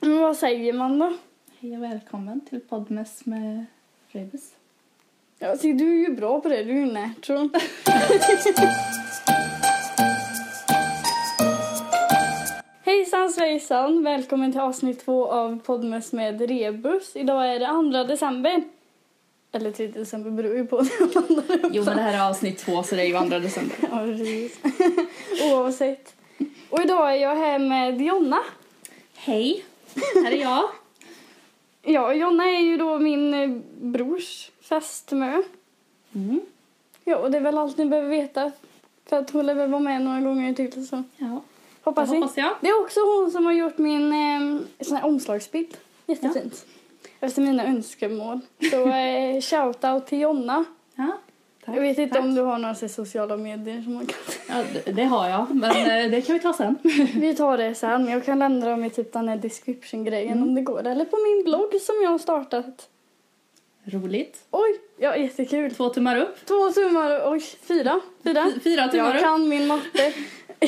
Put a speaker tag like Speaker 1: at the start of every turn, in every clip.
Speaker 1: Men vad säger man då?
Speaker 2: Hej och välkommen till Podmes med Rebus.
Speaker 1: Jag tycker alltså, du är ju bra på det, du är ju natural. Hejsan svejsan, välkommen till avsnitt två av Podmes med Rebus. Idag är det 2 december. Eller 3 december beror ju på när man landar upp
Speaker 2: Jo, men det här är avsnitt två så det är ju andra december.
Speaker 1: Ja, precis. Oavsett. Och idag är jag här med Jonna.
Speaker 2: Hej, här är jag.
Speaker 1: Ja, Jonna är ju då min eh, brors fästmö.
Speaker 2: Mm.
Speaker 1: Ja, och det är väl allt ni behöver veta. För att hon lär väl vara med några gånger till. Så.
Speaker 2: Ja, det
Speaker 1: Hoppas vi.
Speaker 2: hoppas jag.
Speaker 1: Det är också hon som har gjort min eh, sån här omslagsbild. Jättefint. Efter mina önskemål. Så eh, shout-out till Jonna.
Speaker 2: Ja, tack.
Speaker 1: jag vet inte
Speaker 2: tack.
Speaker 1: om du har några så här sociala medier som man kan...
Speaker 2: Ja, det, det har jag, men eh, det kan vi ta sen.
Speaker 1: Vi tar det sen. Jag kan ändra dem i typ den här description-grejen
Speaker 2: Mm.
Speaker 1: om det går. Eller på min blogg som jag har startat.
Speaker 2: Roligt.
Speaker 1: Oj, ja jättekul.
Speaker 2: Två tummar upp.
Speaker 1: Två tummar och fyra. Fyra.
Speaker 2: Fy- Fyra tummar
Speaker 1: Jag
Speaker 2: upp.
Speaker 1: kan min matte.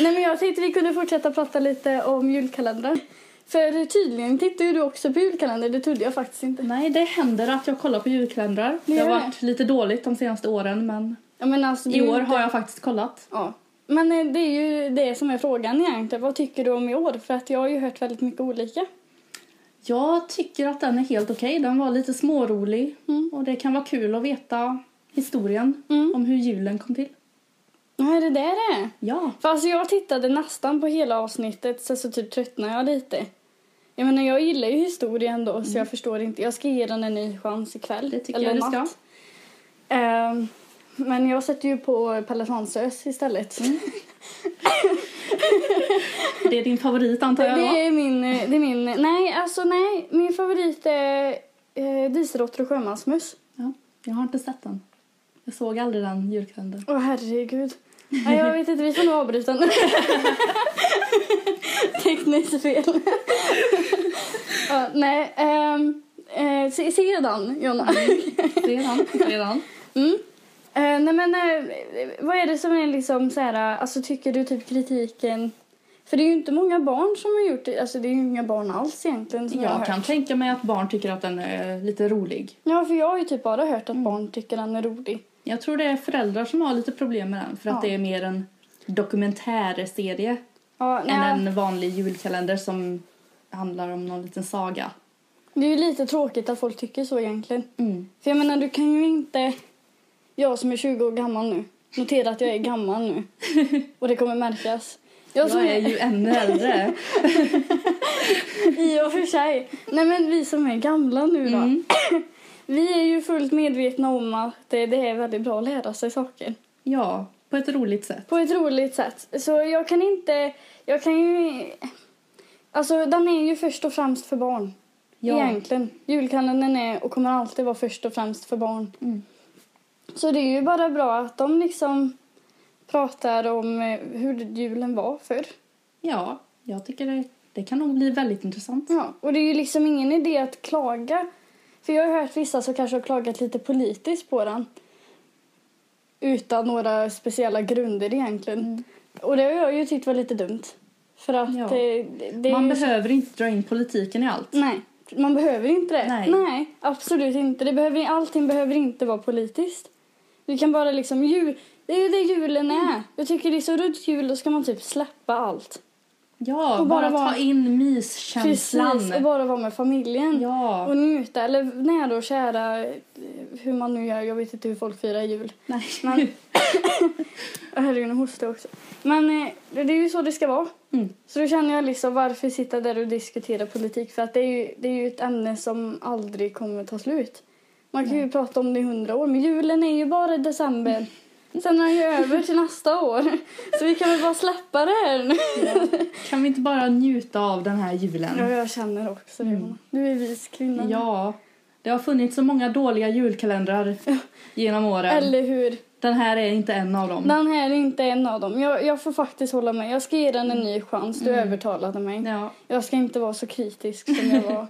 Speaker 1: Nej men jag tänkte vi kunde fortsätta prata lite om julkalendrar. För tydligen tittar ju du också på julkalender, det trodde jag faktiskt inte.
Speaker 2: Nej, det händer att jag kollar på julkalendrar. Det har
Speaker 1: gör
Speaker 2: varit lite dåligt de senaste åren, men
Speaker 1: Ja, men alltså, det är
Speaker 2: i
Speaker 1: ju
Speaker 2: år
Speaker 1: inte-
Speaker 2: har jag faktiskt kollat.
Speaker 1: Ja. Men eh, det är ju det som är frågan egentligen. Vad tycker du om i år? För att jag har ju hört väldigt mycket olika.
Speaker 2: Jag tycker att den är helt okej. Den var lite smårolig
Speaker 1: Mm.
Speaker 2: och det kan vara kul att veta historien
Speaker 1: Mm.
Speaker 2: om hur julen kom till.
Speaker 1: Ja, är det där det är?
Speaker 2: Ja.
Speaker 1: För alltså jag tittade nästan på hela avsnittet så, så typ tröttnade jag lite. Jag menar jag gillar ju historia ändå så jag förstår inte. Jag ska ge den en ny chans ikväll.
Speaker 2: Mm. Det tycker jag du ska.
Speaker 1: natt. Ehm, men jag sätter ju på Pelle Svanslös istället.
Speaker 2: Det är din favorit antar jag
Speaker 1: Det
Speaker 2: då?
Speaker 1: är min, eh, det är min, nej alltså nej. Min favorit är eh, Dieselråttor och sjömansmöss.
Speaker 2: Ja. Jag har inte sett den. Jag såg aldrig den julkalendern.
Speaker 1: Åh herregud. Nej, jag vet inte, vi får nog avbryta nu. Tekniskt fel. ja, nej, ehm, eh, se, se den, Jonna.
Speaker 2: Redan. Redan.
Speaker 1: Mm. Eh, nej men eh, vad är det som är liksom så här, alltså tycker du typ kritiken för det är ju inte många barn som har gjort det. Alltså det är ju inga barn alls egentligen som jag, har
Speaker 2: Jag
Speaker 1: hört.
Speaker 2: kan tänka mig att barn tycker att den är lite rolig.
Speaker 1: Ja, för jag har ju typ bara hört att
Speaker 2: Mm.
Speaker 1: barn tycker den är rolig.
Speaker 2: Jag tror det är föräldrar som har lite problem med den för att
Speaker 1: Ja.
Speaker 2: det är mer en dokumentärserie
Speaker 1: Ja, nej,
Speaker 2: än en vanlig julkalender som handlar om någon liten saga.
Speaker 1: Det är ju lite tråkigt att folk tycker så egentligen. För jag menar, du kan ju inte... Jag som är 20 år gammal nu. Notera att jag är gammal nu. Och det kommer märkas. Jag som
Speaker 2: Jag är ju ännu äldre.
Speaker 1: I och för sig. Nej men vi som är gamla nu då.
Speaker 2: Mm.
Speaker 1: Vi är ju fullt medvetna om att det, det är väldigt bra att lära sig saker.
Speaker 2: Ja, på ett roligt sätt.
Speaker 1: På ett roligt sätt. Så jag kan inte... Jag kan ju... Alltså den är ju först och främst för barn.
Speaker 2: Ja.
Speaker 1: Egentligen. Julkalendern är och kommer alltid vara först och främst för barn.
Speaker 2: Mm.
Speaker 1: Så det är ju bara bra att de liksom pratar om eh, hur julen var förr.
Speaker 2: ja, jag tycker det, det kan nog bli väldigt intressant.
Speaker 1: Ja. Och det är ju liksom ingen idé att klaga. För jag har hört vissa som kanske har klagat lite politiskt på den. Utan några speciella grunder egentligen. Och det har jag ju tyckt var lite dumt. För att
Speaker 2: Mm. Ja.
Speaker 1: eh, det, det är
Speaker 2: Man
Speaker 1: ju så-
Speaker 2: behöver inte dra in politiken i allt.
Speaker 1: Nej, man behöver inte det.
Speaker 2: Nej.
Speaker 1: absolut inte. Det behöver, allting behöver inte vara politiskt. Du kan bara liksom... Jul, det är ju det julen
Speaker 2: Mm.
Speaker 1: är. Jag tycker det är så runt jul, då ska man typ släppa allt.
Speaker 2: Ja,
Speaker 1: Och bara
Speaker 2: bara,
Speaker 1: vara-
Speaker 2: ta in myskänslan.
Speaker 1: Precis, och bara vara med familjen.
Speaker 2: Ja,
Speaker 1: Och njuta, eller nära och kära, eh, hur man nu gör. Jag vet inte hur folk firar jul.
Speaker 2: nej.
Speaker 1: Men... Åh, Herregud, nu hostar jag också. Men eh, det är ju så det ska vara.
Speaker 2: Mm.
Speaker 1: Så då känner jag liksom, varför sitta där och diskutera politik? För att det är ju, det är ju ett ämne som aldrig kommer ta slut. Man kan ju prata om det i hundra år, men julen är ju bara i december.
Speaker 2: Mm.
Speaker 1: Sen är den ju över till nästa år. Så vi kan väl bara släppa det här nu.
Speaker 2: Kan vi inte bara njuta av den här julen?
Speaker 1: Ja, jag känner också det. Mona. Du är vis kvinna.
Speaker 2: Mm. Ja, det har funnits så många dåliga julkalendrar genom åren.
Speaker 1: Eller hur?
Speaker 2: Den här är inte en av dem.
Speaker 1: Den här är inte en av dem. Jag, jag får faktiskt hålla med. Jag ska ge den en ny chans. Du övertalade mig.
Speaker 2: Ja.
Speaker 1: Jag ska inte vara så kritisk som jag var.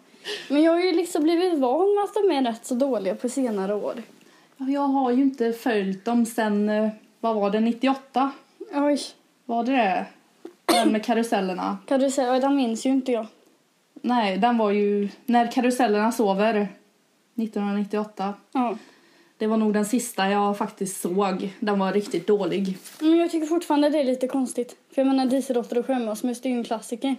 Speaker 1: Men jag har ju liksom blivit van med att de är rätt så dåliga på senare år.
Speaker 2: Jag har ju inte följt dem sen, eh, vad var det, 98?
Speaker 1: Oj.
Speaker 2: Var det det? Den med karusellerna.
Speaker 1: Karusell, ja, den minns ju inte jag.
Speaker 2: Nej, den var ju När karusellerna sover 1998.
Speaker 1: Ja.
Speaker 2: Det var nog den sista jag faktiskt såg. Den var riktigt dålig.
Speaker 1: Men jag tycker fortfarande det är lite konstigt. För jag menar Dieselråttor och sjömåsmus, det är ju en klassiker.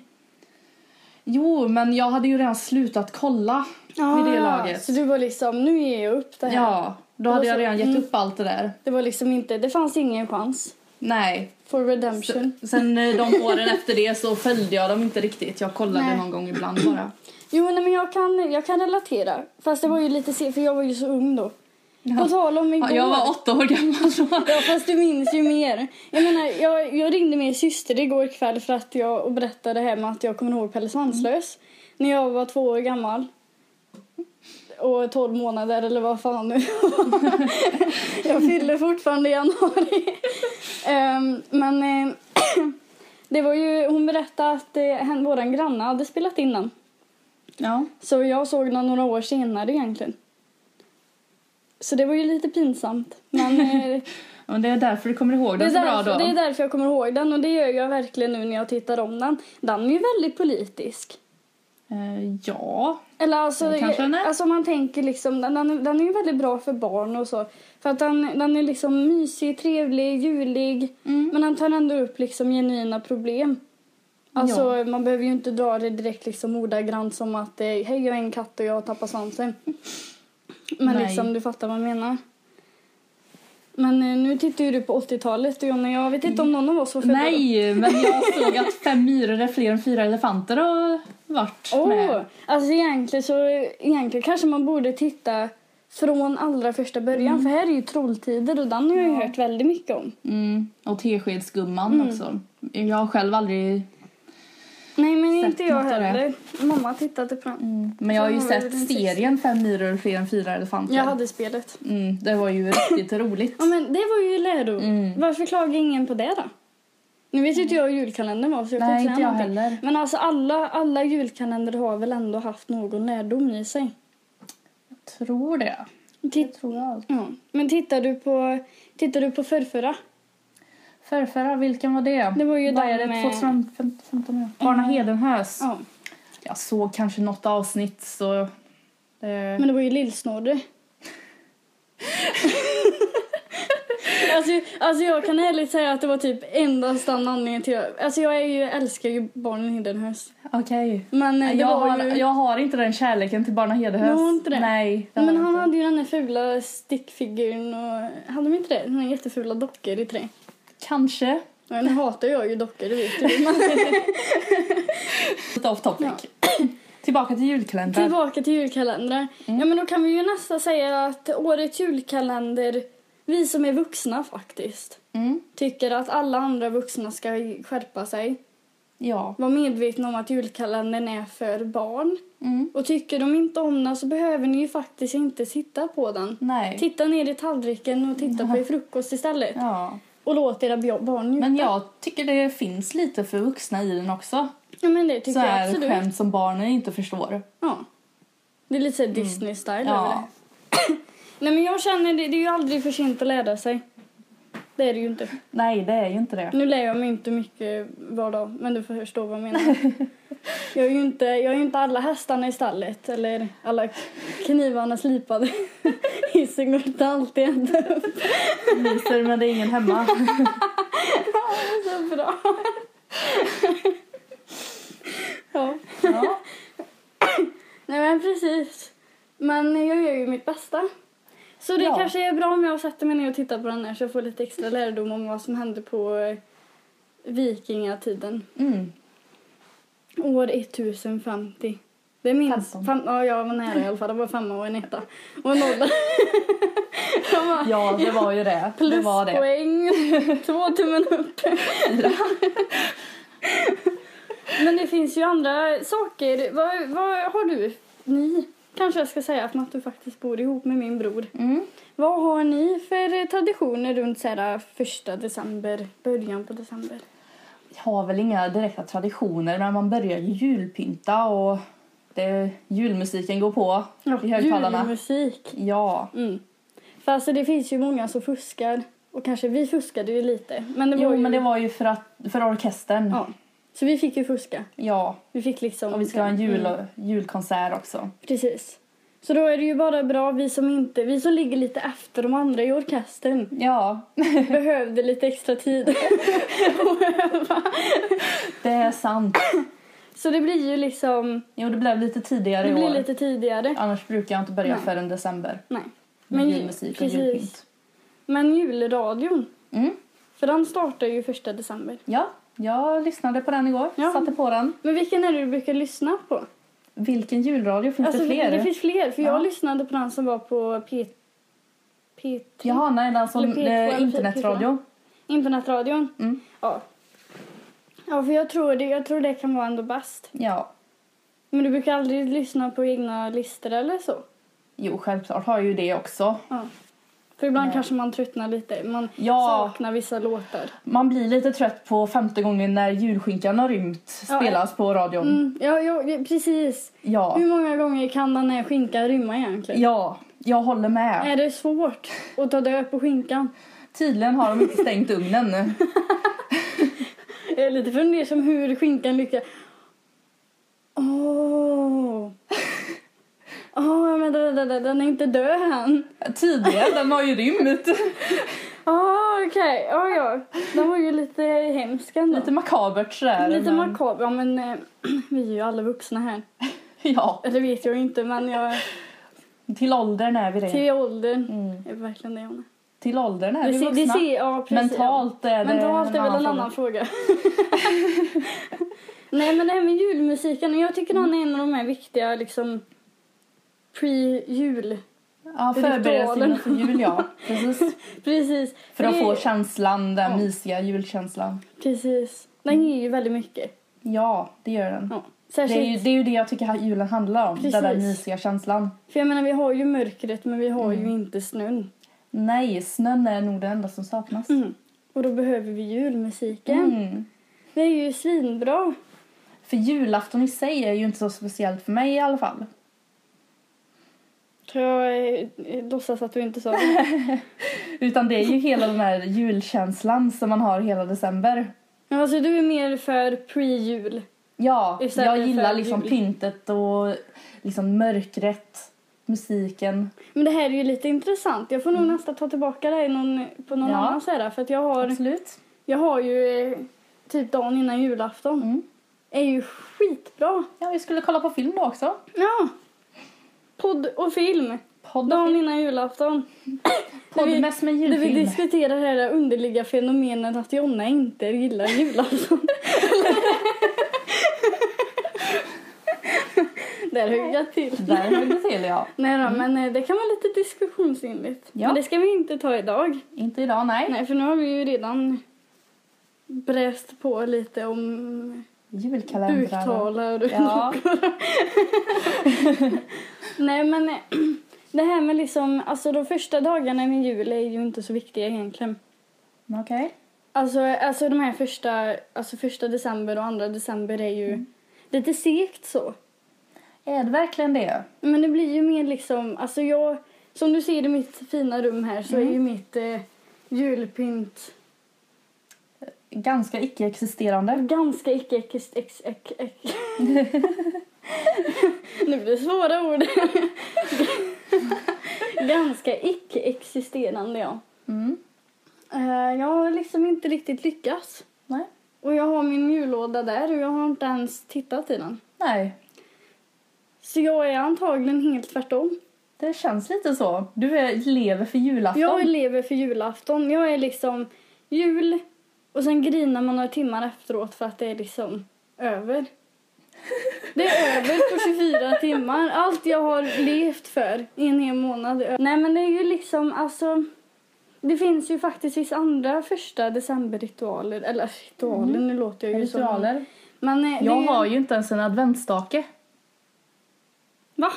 Speaker 2: Jo, men jag hade ju redan slutat kolla vid det laget.
Speaker 1: Så du var liksom, nu ger jag upp det här.
Speaker 2: Ja, då
Speaker 1: var
Speaker 2: hade
Speaker 1: så-
Speaker 2: jag redan gett
Speaker 1: mm.
Speaker 2: upp allt det där.
Speaker 1: Det var liksom inte, det fanns ingen chans.
Speaker 2: Nej.
Speaker 1: For redemption.
Speaker 2: Sen eh, de åren efter det så följde jag dem inte riktigt. Jag kollade
Speaker 1: Nej.
Speaker 2: någon gång ibland bara.
Speaker 1: Jo, nej, men jag kan, jag kan relatera. Fast det var ju lite se, för jag var ju så ung då. På tal om igår.
Speaker 2: Ja, jag var åtta år gammal då.
Speaker 1: Ja, fast du minns ju mer. Jag menar, jag, jag ringde min syster igår kväll för att jag och berättade det här med att jag kommer ihåg Pelle Svanslös.
Speaker 2: Mm.
Speaker 1: När jag var två år gammal. Och tolv månader eller vad fan nu Jag fyller fortfarande i januari. Ehm, men eh, det var ju, hon berättade att uh, våran granne hade spelat in den.
Speaker 2: Ja.
Speaker 1: Så jag såg den några år senare egentligen. Så det var ju lite pinsamt. Men eh,
Speaker 2: Men det är därför du kommer ihåg
Speaker 1: det,
Speaker 2: den
Speaker 1: är
Speaker 2: så bra
Speaker 1: därför,
Speaker 2: då.
Speaker 1: det är därför jag kommer ihåg den och det gör jag verkligen nu när jag tittar om den. Den är ju väldigt politisk.
Speaker 2: Eh, ja.
Speaker 1: Eller alltså,
Speaker 2: Det kanske den är.
Speaker 1: alltså om man tänker liksom, den, den, är- den är ju väldigt bra för barn och så. För att den, den är liksom mysig, trevlig, julig. Men den tar ändå upp liksom genuina problem. Alltså man behöver ju inte dra det direkt liksom ordagrant som att eh, hej jag är en katt och jag tappar svansen. Men
Speaker 2: Nej.
Speaker 1: liksom du fattar vad jag menar. Men eh, nu tittar ju du på 80-talet och Jonna, jag vet inte om någon av oss var födda då.
Speaker 2: Nej, men jag såg att fem myror är fler än fyra elefanter har varit
Speaker 1: Åh!
Speaker 2: med.
Speaker 1: Alltså egentligen så egentligen kanske man borde titta från allra första början för här är ju Trolltider och den har jag ju hört väldigt mycket om.
Speaker 2: Mm. Och Teskedsgumman
Speaker 1: Mm.
Speaker 2: också. Jag har själv aldrig...
Speaker 1: Nej men
Speaker 2: Sett
Speaker 1: inte jag
Speaker 2: något av det.
Speaker 1: heller. Mamma tittade på den.
Speaker 2: Men jag har ju
Speaker 1: Så har vi den
Speaker 2: sett serien Fem myror är fler än fyra elefanter.
Speaker 1: Jag hade spelet.
Speaker 2: Mm, det var ju riktigt roligt.
Speaker 1: Ja men det var ju läro.
Speaker 2: Mm.
Speaker 1: Varför klagar ingen på det då? Nu vet ju inte jag hur julkalendern var så jag kan
Speaker 2: Nej,
Speaker 1: inte
Speaker 2: inte
Speaker 1: säga
Speaker 2: jag
Speaker 1: någonting.
Speaker 2: heller.
Speaker 1: Men alltså alla, alla julkalendrar har väl ändå haft någon lärdom i sig.
Speaker 2: Tror det.
Speaker 1: Titt-
Speaker 2: tror jag.
Speaker 1: ja. Men tittar du på, tittar du på förrförra?
Speaker 2: Förrförra, vilken var det?
Speaker 1: Det var ju
Speaker 2: Vad
Speaker 1: den
Speaker 2: är det?
Speaker 1: med- Mm.
Speaker 2: 2015? ja. Barna Hedenhös.
Speaker 1: Ja.
Speaker 2: Jag såg kanske något avsnitt så... Det...
Speaker 1: Men det var ju Lillsnorre. alltså, alltså jag kan ärligt säga att det var typ endast den anledningen till jag... Alltså jag är ju, älskar ju barnen Hedenhös.
Speaker 2: Okej.
Speaker 1: Men eh, det
Speaker 2: Jag
Speaker 1: var
Speaker 2: har,
Speaker 1: ju...
Speaker 2: jag har inte den kärleken till Barna Hedenhös.
Speaker 1: Du har inte det?
Speaker 2: Nej, det har
Speaker 1: Men
Speaker 2: jag
Speaker 1: han
Speaker 2: inte.
Speaker 1: hade ju den där fula stickfiguren och... Hade de inte det? Den där jättefula dockor i trä.
Speaker 2: Kanske.
Speaker 1: Ja, Nu hatar jag ju dockor, det vet du. Men
Speaker 2: Lite off topic. Tillbaka till julkalendern.
Speaker 1: tillbaka till julkalendrar. Ja, men då kan vi ju nästan säga att årets julkalender, vi som är vuxna faktiskt,
Speaker 2: Mm.
Speaker 1: tycker att alla andra vuxna ska skärpa sig.
Speaker 2: Ja.
Speaker 1: Var medvetna om att julkalendern är för barn.
Speaker 2: Mm.
Speaker 1: Och tycker de inte om den så behöver ni ju faktiskt inte sitta på den.
Speaker 2: Nej.
Speaker 1: Titta ner i tallriken och titta på er frukost istället.
Speaker 2: Ja.
Speaker 1: Och låt era bj- barn njuta.
Speaker 2: Men jag tycker det finns lite för vuxna i den också.
Speaker 1: Ja, men det tycker
Speaker 2: Så
Speaker 1: jag
Speaker 2: här
Speaker 1: absolut.
Speaker 2: skämt som barnen inte förstår.
Speaker 1: Ja. Det är lite såhär Disney-style över det.
Speaker 2: Mm. Ja.
Speaker 1: Nej, men jag känner det, det är ju aldrig för sent att lära sig. Det är det ju inte.
Speaker 2: Nej, det är ju inte det.
Speaker 1: Nu lär jag mig inte mycket var dag, men du får förstå vad jag menar. Jag är ju inte, jag är ju inte alla hästarna i stallet eller alla knivarna slipade. Hissen går inte alltid ända upp.
Speaker 2: Myser, men det är ingen hemma.
Speaker 1: så bra. Ja.
Speaker 2: Ja.
Speaker 1: Nej men precis. Men jag gör ju mitt bästa. Så det
Speaker 2: Ja.
Speaker 1: kanske är bra om jag sätter mig ner och tittar på den här så jag får lite extra lärdom om vad som hände på eh, vikingatiden.
Speaker 2: Mm.
Speaker 1: År 1050. Det minns...
Speaker 2: Femton.
Speaker 1: Fem, ja, jag var nära i alla fall. Det var femma och en etta. Och en nolla. Jag bara,
Speaker 2: ja, det var ju det. Det var det.
Speaker 1: Pluspoäng. Två tummen upp. Men det finns ju andra saker. Vad, vad har du? Ni? Kanske jag ska säga att att du faktiskt bor ihop med min bror.
Speaker 2: Mm.
Speaker 1: Vad har ni för traditioner runt så här första december, början på december?
Speaker 2: Jag har väl inga direkta traditioner, men man börjar ju julpynta och det, julmusiken går på i högtalarna.
Speaker 1: Julmusik.
Speaker 2: Ja.
Speaker 1: Mm. För alltså det finns ju många som fuskar Och kanske vi fuskade ju lite. Men det var
Speaker 2: Jo,
Speaker 1: ju...
Speaker 2: men det var ju för, att, för orkestern.
Speaker 1: Ja. Så vi fick ju fuska.
Speaker 2: Ja,
Speaker 1: Vi fick liksom...
Speaker 2: och vi ska ha en jul,
Speaker 1: Mm,
Speaker 2: julkonsert också.
Speaker 1: Precis. Så då är det ju bara bra, vi som inte, vi som ligger lite efter de andra i orkestern
Speaker 2: Ja,
Speaker 1: behövde lite extra tid.
Speaker 2: det är sant.
Speaker 1: Så det blir ju liksom,
Speaker 2: Jo, det blev lite tidigare
Speaker 1: det
Speaker 2: i
Speaker 1: blir
Speaker 2: år.
Speaker 1: lite tidigare.
Speaker 2: Annars brukar jag inte börja
Speaker 1: Nej.
Speaker 2: förrän december
Speaker 1: Nej.
Speaker 2: med
Speaker 1: Men ju-
Speaker 2: julmusik och
Speaker 1: precis.
Speaker 2: julpynt.
Speaker 1: Men julradion,
Speaker 2: Mm.
Speaker 1: för den startar ju första december.
Speaker 2: Ja, jag lyssnade på den igår.
Speaker 1: Ja.
Speaker 2: Satte på den.
Speaker 1: Men vilken är det du brukar lyssna på?
Speaker 2: Vilken julradio? Finns
Speaker 1: Alltså,
Speaker 2: det fler?
Speaker 1: Det finns fler, för
Speaker 2: Ja.
Speaker 1: jag lyssnade på den som var på P... P3.
Speaker 2: Jaha, nej, den som
Speaker 1: Eller P2
Speaker 2: eh,
Speaker 1: eller
Speaker 2: internetradio.
Speaker 1: Internetradion.
Speaker 2: Mm.
Speaker 1: Ja. Ja, för jag tror, det, jag tror det kan vara ändå bäst.
Speaker 2: Ja,
Speaker 1: Men du brukar aldrig lyssna på egna listor eller så?
Speaker 2: jo, självklart har jag ju det också.
Speaker 1: Ja. För ibland
Speaker 2: Nej.
Speaker 1: kanske man tröttnar lite. Man
Speaker 2: Ja,
Speaker 1: saknar vissa låtar.
Speaker 2: man blir lite trött på femte gången när julskinkan har rymt
Speaker 1: Ja,
Speaker 2: spelas på radion.
Speaker 1: Mm, ja, ja, ja, precis.
Speaker 2: Ja.
Speaker 1: Hur många gånger kan den här skinkan rymma egentligen?
Speaker 2: ja, jag håller med.
Speaker 1: Är det svårt att ta död på skinkan?
Speaker 2: Tydligen har de inte stängt ugnen.
Speaker 1: Jag är lite fundersam hur skinkan lyckas. Åh! Åh, vänta, vänta, vänta, den är inte död än.
Speaker 2: Tydligen, den har ju rymt.
Speaker 1: Ah, okej. Ja, ja. Den var ju lite hemsk ändå.
Speaker 2: Lite makabert sådär.
Speaker 1: Lite
Speaker 2: men-
Speaker 1: makaber. Ja, men eh, vi är ju alla vuxna här.
Speaker 2: Ja,
Speaker 1: Eller vet jag inte, men jag...
Speaker 2: till åldern är vi det.
Speaker 1: Till åldern
Speaker 2: Mm.
Speaker 1: är verkligen det hon är.
Speaker 2: Till åldern är
Speaker 1: Det
Speaker 2: vi
Speaker 1: ser, det
Speaker 2: vuxna.
Speaker 1: ser, ja, precis,
Speaker 2: Mentalt är
Speaker 1: ja.
Speaker 2: det
Speaker 1: Mentalt är väl en
Speaker 2: fråga.
Speaker 1: annan fråga. Nej, men det här med julmusiken. Jag tycker
Speaker 2: Mm.
Speaker 1: den är en av de här viktiga liksom pre-jul.
Speaker 2: Ja, förberedelserna
Speaker 1: Ritualen.
Speaker 2: inför jul, ja. Precis.
Speaker 1: Precis.
Speaker 2: För att
Speaker 1: Det-
Speaker 2: få känslan, den
Speaker 1: Ja.
Speaker 2: mysiga julkänslan.
Speaker 1: Precis. Den ger ju väldigt mycket.
Speaker 2: Ja, det gör den.
Speaker 1: Ja.
Speaker 2: Det
Speaker 1: Särskilt,
Speaker 2: är, ju, det är ju det jag tycker att julen handlar om, den där
Speaker 1: Precis.
Speaker 2: mysiga känslan.
Speaker 1: för jag menar vi har ju mörkret men vi har ju
Speaker 2: Mm.
Speaker 1: inte snön. Mm.
Speaker 2: Nej, snön är nog det enda som saknas.
Speaker 1: Och då behöver vi julmusiken.
Speaker 2: Mm.
Speaker 1: Det är ju svinbra.
Speaker 2: För julafton i sig är ju inte så speciellt för mig i alla fall.
Speaker 1: Tror jag eh, låtsas att du inte sa det.
Speaker 2: Utan det är ju hela den här julkänslan som man har hela december.
Speaker 1: Men alltså du är mer för pre-jul.
Speaker 2: Ja,
Speaker 1: Istället
Speaker 2: jag
Speaker 1: för
Speaker 2: gillar liksom
Speaker 1: jul.
Speaker 2: pyntet och liksom mörkret, musiken.
Speaker 1: Men det här är ju lite intressant. Jag får nog nästan ta tillbaka dig någon, på någon
Speaker 2: Mm. Ja.
Speaker 1: annan sida. För att jag har,
Speaker 2: Absolut.
Speaker 1: jag har ju eh, typ dagen innan julafton.
Speaker 2: Mm.
Speaker 1: är ju skitbra.
Speaker 2: Ja, vi skulle kolla på film då också.
Speaker 1: Ja. Podd och film.
Speaker 2: Podd, och
Speaker 1: Dagen
Speaker 2: film.
Speaker 1: innan julafton.
Speaker 2: Podd
Speaker 1: vi-
Speaker 2: mest med
Speaker 1: Det vi
Speaker 2: julfilm.
Speaker 1: diskuterar här är underliga fenomenet att Jonna inte gillar julafton. Där högg jag till.
Speaker 2: Där höll det till, ja.
Speaker 1: Nej då, men eh, det kan vara lite diskussionsinligt.
Speaker 2: Mm. Ja.
Speaker 1: Men det ska vi inte ta idag.
Speaker 2: Inte idag, nej.
Speaker 1: Nej, för nu har vi ju redan bräst på lite om
Speaker 2: Julkalendrar. och-
Speaker 1: buktalar och
Speaker 2: Ja.
Speaker 1: Nej, men eh, det här med liksom, alltså de första dagarna med jul är ju inte så viktiga egentligen.
Speaker 2: Okej.
Speaker 1: Alltså, alltså de här första, alltså första december och andra december är ju lite segt så.
Speaker 2: Är det verkligen det?
Speaker 1: Men det blir ju mer liksom, alltså jag, som du ser i mitt fina rum här så är ju mitt eh, julpynt
Speaker 2: Ganska icke-existerande.
Speaker 1: ganska icke ex, ex, ex, ex. Nu blir det svåra ord. ganska icke-existerande ja.
Speaker 2: Mm.
Speaker 1: Eh, jag har liksom inte riktigt lyckats.
Speaker 2: Nej.
Speaker 1: Och jag har min jullåda där och jag har inte ens tittat i den.
Speaker 2: Nej,
Speaker 1: Så jag är antagligen helt tvärtom.
Speaker 2: det känns lite så. Du är, lever för julafton.
Speaker 1: Jag lever för julafton. Jag är liksom jul och sen grinar man några timmar efteråt för att det är liksom över. Det är över på 24 timmar. Allt jag har levt för i en hel månad är över. Nej men det är ju liksom alltså. Det finns ju faktiskt vissa andra första decemberritualer. Eller alltså, ritualer, nu låter jag ju som...
Speaker 2: Mm. Ritualer.
Speaker 1: Men eh, det
Speaker 2: Jag
Speaker 1: är ju-
Speaker 2: har ju inte ens en adventsstake.
Speaker 1: Va?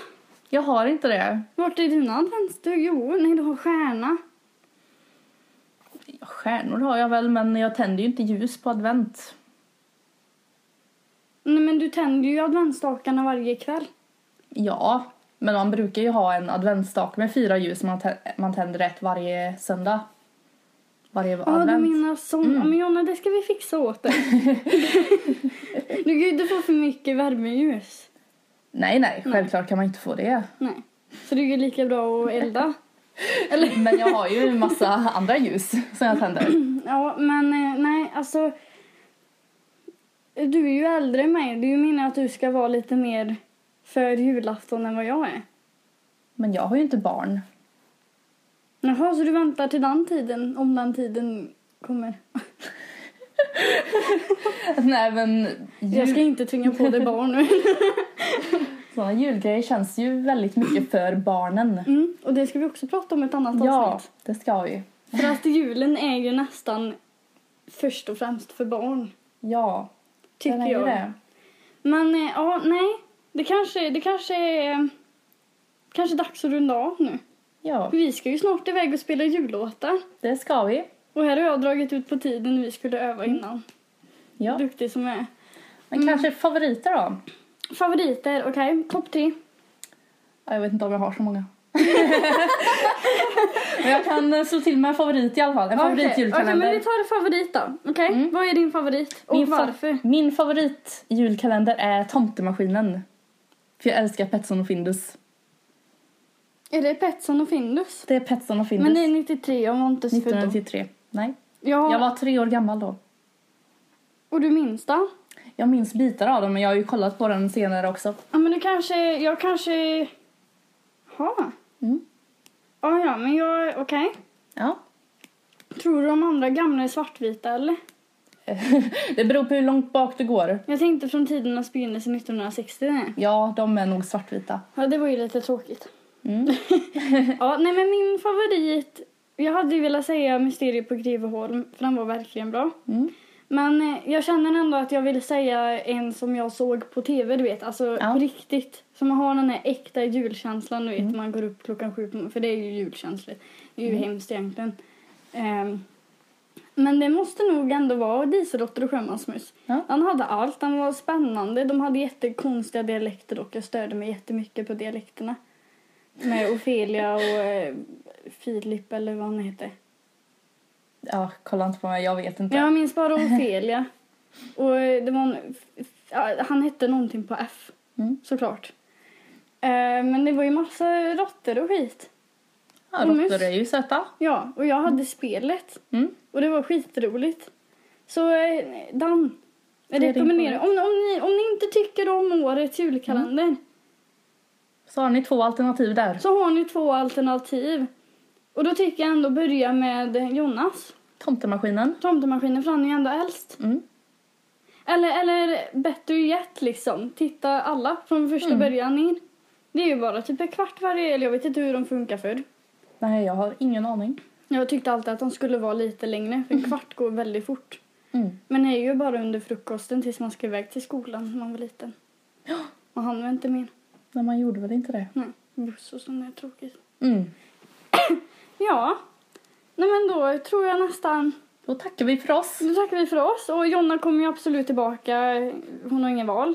Speaker 2: Jag har inte det.
Speaker 1: Vart är dina adventsstugor? Jo, nej, du har stjärna.
Speaker 2: Ja, Stjärnor har jag väl, men jag tänder ju inte ljus på advent.
Speaker 1: Nej, men du tänder ju adventsstakarna varje kväll.
Speaker 2: Ja, men man brukar ju ha en adventsstake med fyra ljus. Man, tä- man tänder ett varje söndag. varje
Speaker 1: Ja, du
Speaker 2: advent. Mm.
Speaker 1: menar som... Ja, men Jonna, det ska vi fixa åt dig. du kan ju inte få för mycket värmeljus.
Speaker 2: Nej, nej, självklart kan man inte få det.
Speaker 1: Nej. Så det är ju lika bra att elda. Eller?
Speaker 2: Men jag har ju en massa andra ljus som jag tänder.
Speaker 1: Ja, men eh, nej, alltså... Du är ju äldre än mig. Du menar att du ska vara lite mer för julafton än vad jag är.
Speaker 2: Men jag har ju inte barn.
Speaker 1: Jaha, så du väntar till den tiden, om den tiden kommer.
Speaker 2: Nej, men
Speaker 1: Jag ska
Speaker 2: jul,
Speaker 1: inte tvinga på dig barn nu.
Speaker 2: såna julgrejer känns ju väldigt mycket för barnen.
Speaker 1: Mm, och det ska vi också prata om i ett annat
Speaker 2: Ja,
Speaker 1: avsnitt.
Speaker 2: det ska vi.
Speaker 1: För att julen är ju nästan först och främst för barn,
Speaker 2: Ja,
Speaker 1: tycker
Speaker 2: den är ju
Speaker 1: jag.
Speaker 2: det.
Speaker 1: Men eh, ja, nej. Det kanske, det kanske är... eh, Kanske är dags att runda av nu.
Speaker 2: Ja,
Speaker 1: Vi ska ju snart iväg och spela jullåtar.
Speaker 2: det ska vi.
Speaker 1: Och här har jag dragit ut på tiden vi skulle öva innan.
Speaker 2: Mm. Ja.
Speaker 1: Duktig som jag är.
Speaker 2: Men
Speaker 1: Mm.
Speaker 2: kanske favoriter då?
Speaker 1: Favoriter, okej. Topp tre.
Speaker 2: Ja, Jag vet inte om jag har så många. men jag kan eh, slå till med en favorit i alla fall. En
Speaker 1: Okej,
Speaker 2: favoritjulkalender.
Speaker 1: okej, men vi tar favorit då. Okej,
Speaker 2: Mm.
Speaker 1: vad är din favorit? Och
Speaker 2: Min fa-
Speaker 1: varför?
Speaker 2: Min favoritjulkalender är Tomtemaskinen. För jag älskar Petson och Findus.
Speaker 1: Är det Petson och Findus?
Speaker 2: Det är Petson och Findus.
Speaker 1: Men det är 93, jag var inte så född då.
Speaker 2: 1993. Nej.
Speaker 1: Ja,
Speaker 2: Jag var tre år gammal då.
Speaker 1: och du minns då?
Speaker 2: Jag minns bitar av den men jag har ju kollat på den senare också.
Speaker 1: Ja, men det kanske... Jag kanske... Ha.
Speaker 2: Mm.
Speaker 1: Ja, ja, men jag... Okej.
Speaker 2: Ja.
Speaker 1: Tror du de andra gamla är svartvita, eller?
Speaker 2: det beror på hur långt bak du går.
Speaker 1: Jag tänkte från tidernas begynnelse 1960. nej.
Speaker 2: Ja, de är nog svartvita.
Speaker 1: Ja, det var ju lite tråkigt.
Speaker 2: Mm.
Speaker 1: Ja, nej, men min favorit... Jag hade ju velat säga Mysteriet på Greveholm, för den var verkligen bra.
Speaker 2: Mm.
Speaker 1: Men eh, jag känner ändå att jag vill säga en som jag såg på tv, du vet. Alltså
Speaker 2: Ja.
Speaker 1: på riktigt. Som har den här äkta julkänslan, du vet.
Speaker 2: Mm.
Speaker 1: Man går upp klockan sju, på, för det är ju julkänslor. Det är ju hemskt egentligen. Ehm, men det måste nog ändå vara Dieseldotter och Sjömansmus.
Speaker 2: Ja.
Speaker 1: Han hade allt, han var spännande. De hade jättekonstiga dialekter och jag störde mig jättemycket på dialekterna. Med Ofelia och eh, Filip eller vad han heter.
Speaker 2: Ja, kolla inte på mig, jag vet inte.
Speaker 1: Jag minns bara Ofelia. Och eh, det var en, ja, han hette någonting på F,
Speaker 2: Mm.
Speaker 1: såklart. Eh, Men det var ju massa råttor och skit.
Speaker 2: Ja,
Speaker 1: och mus.
Speaker 2: råttor är ju söta.
Speaker 1: Ja, och jag hade spelet.
Speaker 2: Mm.
Speaker 1: Och det var skitroligt. Så eh, Dan, jag
Speaker 2: Det är din
Speaker 1: rekommenderar. Om, om, ni, om ni inte tycker om årets julkalender
Speaker 2: Så har ni två alternativ där.
Speaker 1: så har ni två alternativ. Och då tycker jag ändå börja med Jonas,
Speaker 2: Tomtemaskinen.
Speaker 1: tomtemaskinen, för han är ju ändå äldst.
Speaker 2: Mm.
Speaker 1: Eller, eller Better Yet liksom. Titta alla från första
Speaker 2: Mm.
Speaker 1: början in. Det är ju bara typ en kvart varje, eller jag vet inte hur de funkar för.
Speaker 2: Nej, jag har ingen aning.
Speaker 1: Jag tyckte alltid att de skulle vara lite längre, för en kvart går väldigt fort.
Speaker 2: Mm.
Speaker 1: Men det är ju bara under frukosten tills man ska iväg till skolan när man var liten. Och han var inte min.
Speaker 2: Nej, man gjorde väl inte det.
Speaker 1: Nej, buss och sånt är tråkigt.
Speaker 2: Mm.
Speaker 1: Ja, nej men då tror jag nästan...
Speaker 2: Då tackar vi för oss.
Speaker 1: Nu tackar vi för oss och Jonna kommer ju absolut tillbaka. Hon har ingen val.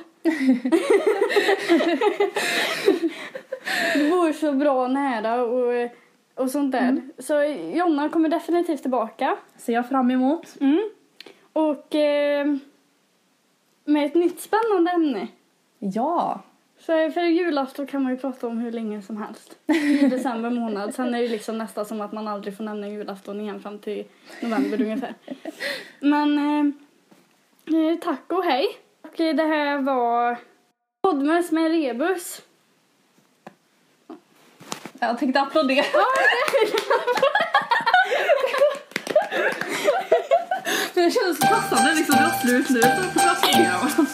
Speaker 1: det vore så bra nära och, och sånt där. Så Jonna kommer definitivt tillbaka.
Speaker 2: Ser jag fram emot.
Speaker 1: Och eh, med ett nytt spännande ämne.
Speaker 2: Ja.
Speaker 1: Så för julafton kan man ju prata om hur länge som helst. I december månad. Sen är det liksom nästan som att man aldrig får nämna julafton igen fram till november ungefär. Men eh, eh, tack och hej. Och eh, det här var Podmes med Rebus.
Speaker 2: Jag tänkte applådera. Men det kändes så passande liksom. Det var slut nu. Så applådera.